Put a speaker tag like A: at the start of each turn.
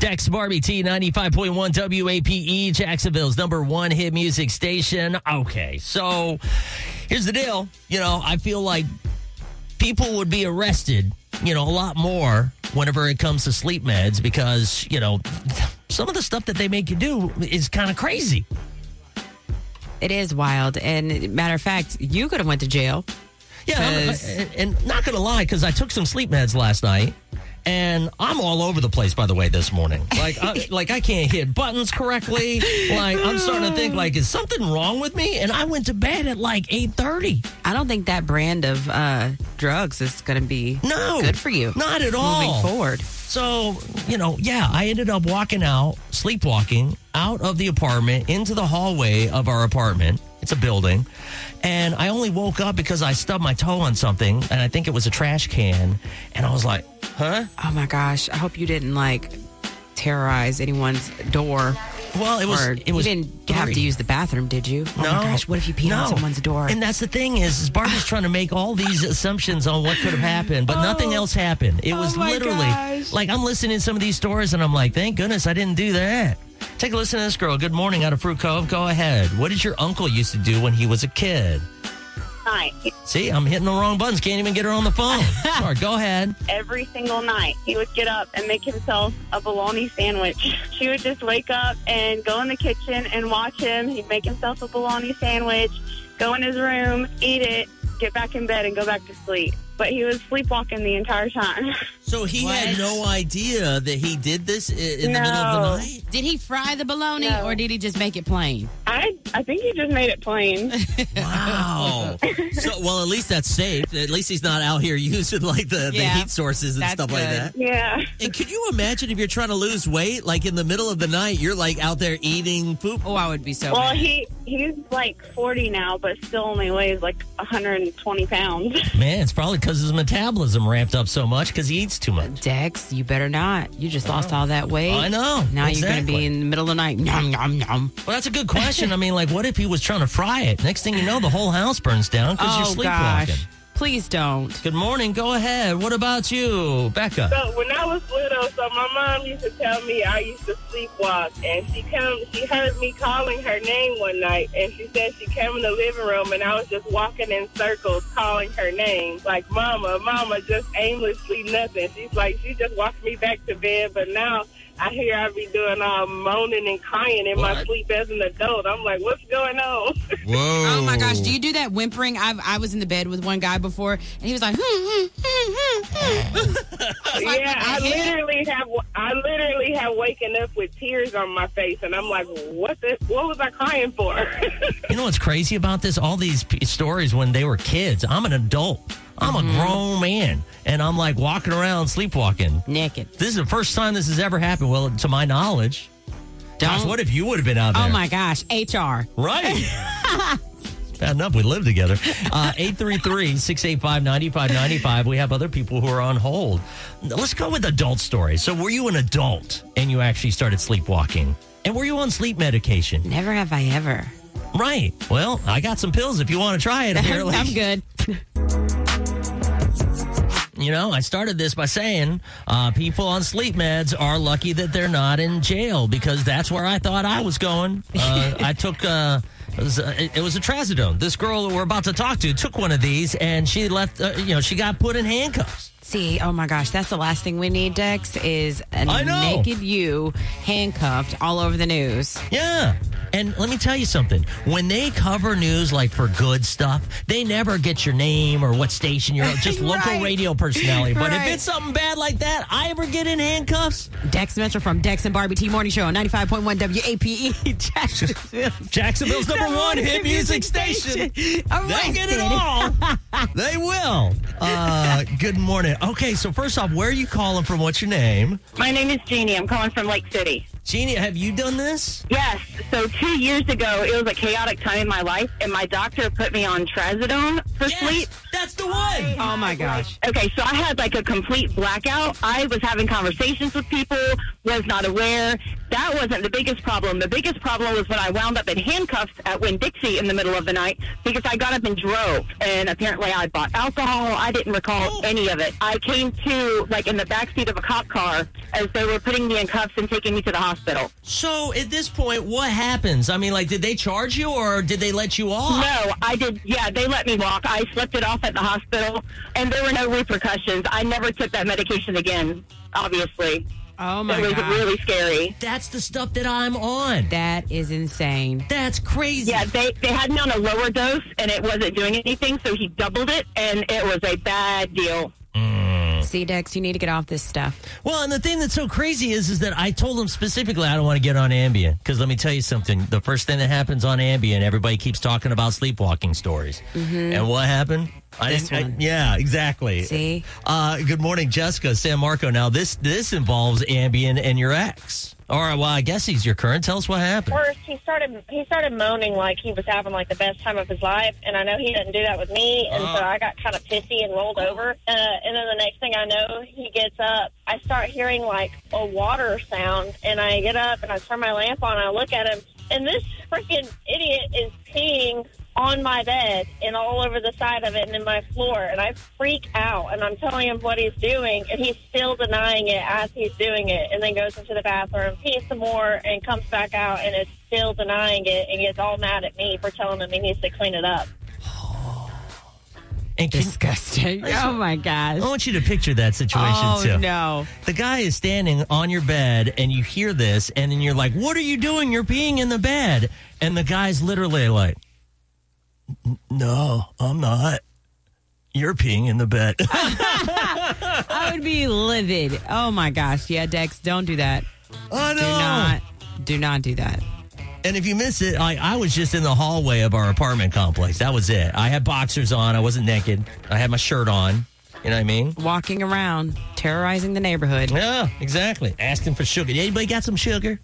A: Dex Barbie T 95.1 WAPE, E, Jacksonville's number one hit music station. Okay, so here's the deal. You know, I feel like people would be arrested, you know, a lot more whenever it comes to sleep meds because, you know, some of the stuff that they make you do is kind of crazy.
B: It is wild. And matter of fact, you could have went to jail.
A: Yeah, I'm-
B: Because-
A: I- and not gonna lie, because I took some sleep meds last night, and I'm all over the place. By the way, this morning, like, I, like I can't hit buttons correctly. Like, I'm starting to think like, is something wrong with me? And I went to bed at like eight thirty.
B: I don't think that brand of uh, drugs is going to be
A: No,
B: good for you.
A: Not at all.
B: moving forward.
A: So, you know, yeah, I ended up walking out, sleepwalking out of the apartment into the hallway of our apartment. It's a building. And I only woke up because I stubbed my toe on something, and I think it was a trash can. And I was like, huh?
B: Oh my gosh! I hope you didn't like terrorize anyone's door.
A: Well, it was.
B: or
A: it was
B: you didn't have to
A: three.
B: use the bathroom, did you? Oh my gosh! What if you peed
A: no.
B: on someone's door?
A: And that's the thing is, is Barbara's trying to make all these assumptions on what could have happened, but nothing else happened. It was
B: Oh. my
A: literally
B: gosh.
A: like I'm listening to some of these stories, and I'm like, thank goodness I didn't do that. Take a listen to this girl. Good morning, out of Fruit Cove. Go ahead. What did your uncle used to do when he was a kid?
C: night.
A: See, I'm hitting the wrong buttons. Can't even get her on the phone. Sorry. Go ahead.
C: Every single night, he would get up and make himself a bologna sandwich. She would just wake up and go in the kitchen and watch him. He'd make himself a bologna sandwich, go in his room, eat it, get back in bed, and go back to sleep. But he was sleepwalking the entire time.
D: So he had
E: What?
D: no idea that he did this i- in the middle
C: No.
D: of the night?
E: Did he fry the bologna
C: No.
E: or did he just make it plain?
C: I I think he just made it plain.
D: Wow. so, well, at least that's safe. At least he's not out here using like the,
E: Yeah.
D: the heat sources and
E: That's
D: stuff like
E: good.
D: that.
C: Yeah.
D: And could you imagine if you're trying to lose weight, like in the middle of the night, you're like out there eating food?
E: Oh, I would be so.
C: Well,
E: mad.
C: he he's like 40 now, but still only weighs like 120 pounds.
A: Man, it's probably because his metabolism ramped up so much because he eats too much.
B: Dex, you better not. You just lost all that weight.
A: I know.
B: Now you're going to
A: Exactly.
B: be in the middle of the night. Nom nom nom.
A: Well, that's a good question. I mean, like, what if he was trying to fry it? Next thing you know, the whole house burns down because you're
B: Oh
A: sleepwalking.
B: gosh! Please don't.
A: Good morning. Go ahead. What about you, Becca?
F: So when I was little, so my mom used to tell me I used to sleepwalk, and she come, she heard me calling her name one night, and she said she came in the living room, and I was just walking in circles calling her name, like Mama, Mama, just aimlessly nothing. She's like, she just walked me back to bed, but now I hear I be doing all moaning and crying in my
A: What?
F: sleep as an adult. I'm like, what's going on?
D: Whoa.
E: Oh my gosh, do you do that whimpering? I've, I was in the bed with one guy before, and he was like, hmm, hmm, hmm, hmm, hmm. like,
F: yeah, I
E: what the heck?
F: literally have I literally have waken up with tears on my face, and I'm like, what the, what was I crying for?
A: You know what's crazy about this? All these p- stories when they were kids. I'm an adult. I'm
B: Mm-hmm.
A: a grown man, and I'm like walking around sleepwalking.
B: Naked.
A: This is the first time this has ever happened. Well, to my knowledge. Gosh,
B: Don't-
A: what if you would have been out there?
B: Oh my gosh! HR.
A: Right. Bad enough we live together. Uh, 833-685-9595. We have other people who are on hold. Now, Let's go with adult stories. So were you an adult and you actually started sleepwalking? And were you on sleep medication?
B: Never have I ever.
A: Right. Well, I got some pills if you want to try it. Apparently.
B: I'm good.
A: You know, I started this by saying uh, people on sleep meds are lucky that they're not in jail because that's where I thought I was going. Uh, I took. Uh, it was, uh, it was a trazodone. This girl we're about to talk to took one of these, and she left. Uh, you know, she got put in handcuffs.
B: See, oh my gosh, that's the last thing we need, Dex, is a
A: I know.
B: naked you handcuffed all over the news.
A: Yeah. And let me tell you something. When they cover news like for good stuff, they never get your name or what station you're on, just local
B: Right.
A: radio personality. But
B: Right.
A: if it's something bad like that, I ever get in handcuffs,
B: Dex Metro from Dex and Barbie T Morning Show on 95.1 WAPE. E. Jacksonville.
A: Jacksonville's number one hit music station. They'll get it
B: Arrested.
A: all. they will. Uh, good morning. Okay, so first off, where are you calling from? What's your name?
C: My name is Jeannie. I'm calling from Lake City.
A: Jeannie, have you done this?
C: Yes. So two years ago, it was a chaotic time in my life, and my doctor put me on trazodone for sleep.
A: That's That's the one.
B: Oh my gosh.
G: Okay, so I had like a complete blackout. I was having conversations with people, was not aware. That wasn't the biggest problem. The biggest problem was when I wound up in handcuffs at Winn Dixie in the middle of the night because I got up and drove, and apparently I bought alcohol. I didn't recall any of it. I came to like in the backseat of a cop car as they were putting me in cuffs and taking me to the hospital.
A: So at this point, what happens? I mean, like, did they charge you or did they let you off?
G: No, I did. Yeah, they let me walk. I slept it off at the hospital, and there were no repercussions. I never took that medication again. Obviously,
B: Oh
G: it
B: my
G: was
B: gosh.
G: really scary.
A: That's the stuff that I'm on.
B: That is insane.
A: That's crazy.
G: Yeah, they they had me on a lower dose, and it wasn't doing anything. So he doubled it, and it was a bad deal.
B: See, Dex, you need to get off this stuff.
A: Well, and the thing that's so crazy is, is that I told them specifically I don't want to get on Ambien because let me tell you something. The first thing that happens on Ambien, everybody keeps talking about sleepwalking stories. And what happened? I
B: Mm-hmm. This
A: didn't- I-
B: one.
A: yeah, exactly.
B: See?
A: Uh, good morning, Jessica, San Marco. Now this this involves Ambien and your ex. All right. Well, I guess he's your current. Tell us what happened.
C: First, he started he started moaning like he was having like the best time of his life, and I know he didn't do that with me, and so I got kind of pissy and rolled over. Uh, and then the next thing I know, he gets up. I start hearing like a water sound, and I get up and I turn my lamp on. I look at him, and this freaking idiot is peeing on my bed and all over the side of it and in my floor and I freak out and I'm telling him what he's doing and he's still denying it as he's doing it and then goes into the bathroom, pees some more and comes back out and is still denying it and gets all mad at me for telling him he needs to clean it up.
A: And can,
B: Disgusting. Oh my gosh.
A: I want you to picture that situation
B: Oh
A: too.
B: no.
A: The guy is standing on your bed and you hear this and then you're like, What are you doing? You're being in the bed. And the guy's literally like, "N- No, I'm not. You're peeing in the bed.
B: I would be livid. Oh my gosh. Yeah, Dex, don't do that.
A: oh, no.
B: Do not. Do not do that.
A: And if you miss it, I, I was just in the hallway of our apartment complex. That was it. I had boxers on. I wasn't naked. I had my shirt on. You know what I mean?
B: Walking around, terrorizing the neighborhood.
A: Yeah, exactly. Asking for sugar. Anybody got some sugar?